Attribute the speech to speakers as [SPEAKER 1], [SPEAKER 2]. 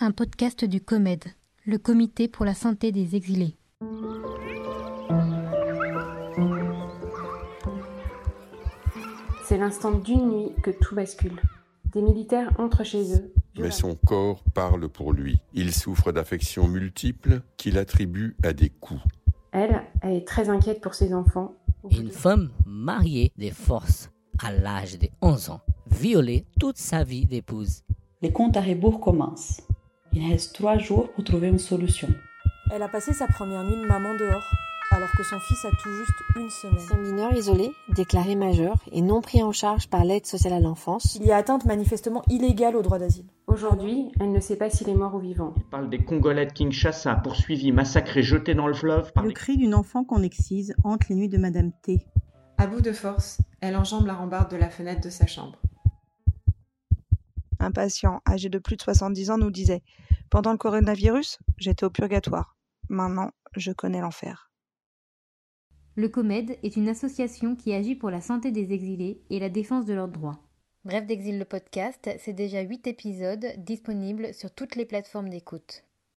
[SPEAKER 1] un podcast du COMED, le Comité pour la santé des exilés.
[SPEAKER 2] C'est l'instant d'une nuit que tout bascule. Des militaires entrent chez eux.
[SPEAKER 3] Mais son corps parle pour lui. Il souffre d'affections multiples qu'il attribue à des coups.
[SPEAKER 2] Elle, elle est très inquiète pour ses enfants.
[SPEAKER 4] Une femme mariée de force à l'âge de 11 ans, violée toute sa vie d'épouse.
[SPEAKER 5] Les comptes à rebours commencent. Il reste trois jours pour trouver une solution.
[SPEAKER 6] Elle a passé sa première nuit de maman dehors, alors que son fils a tout juste une semaine.
[SPEAKER 7] C'est un mineur isolé, déclaré majeur et non pris en charge par l'aide sociale à l'enfance.
[SPEAKER 6] Il y a atteinte manifestement illégale au droit d'asile.
[SPEAKER 2] Aujourd'hui, elle ne sait pas s'il est mort ou vivant.
[SPEAKER 8] Il parle des Congolais de Kinshasa, poursuivis, massacrés, jetés dans le fleuve par
[SPEAKER 9] Le
[SPEAKER 8] des-
[SPEAKER 9] cri d'une enfant qu'on excise hante les nuits de Madame T.
[SPEAKER 10] À bout de force, elle enjambe la rambarde de la fenêtre de sa chambre.
[SPEAKER 11] Un patient âgé de plus de 70 ans nous disait Pendant le coronavirus, j'étais au purgatoire. Maintenant, je connais l'enfer.
[SPEAKER 1] Le COMED est une association qui agit pour la santé des exilés et la défense de leurs droits. Bref d'exil le podcast, c'est déjà 8 épisodes disponibles sur toutes les plateformes d'écoute.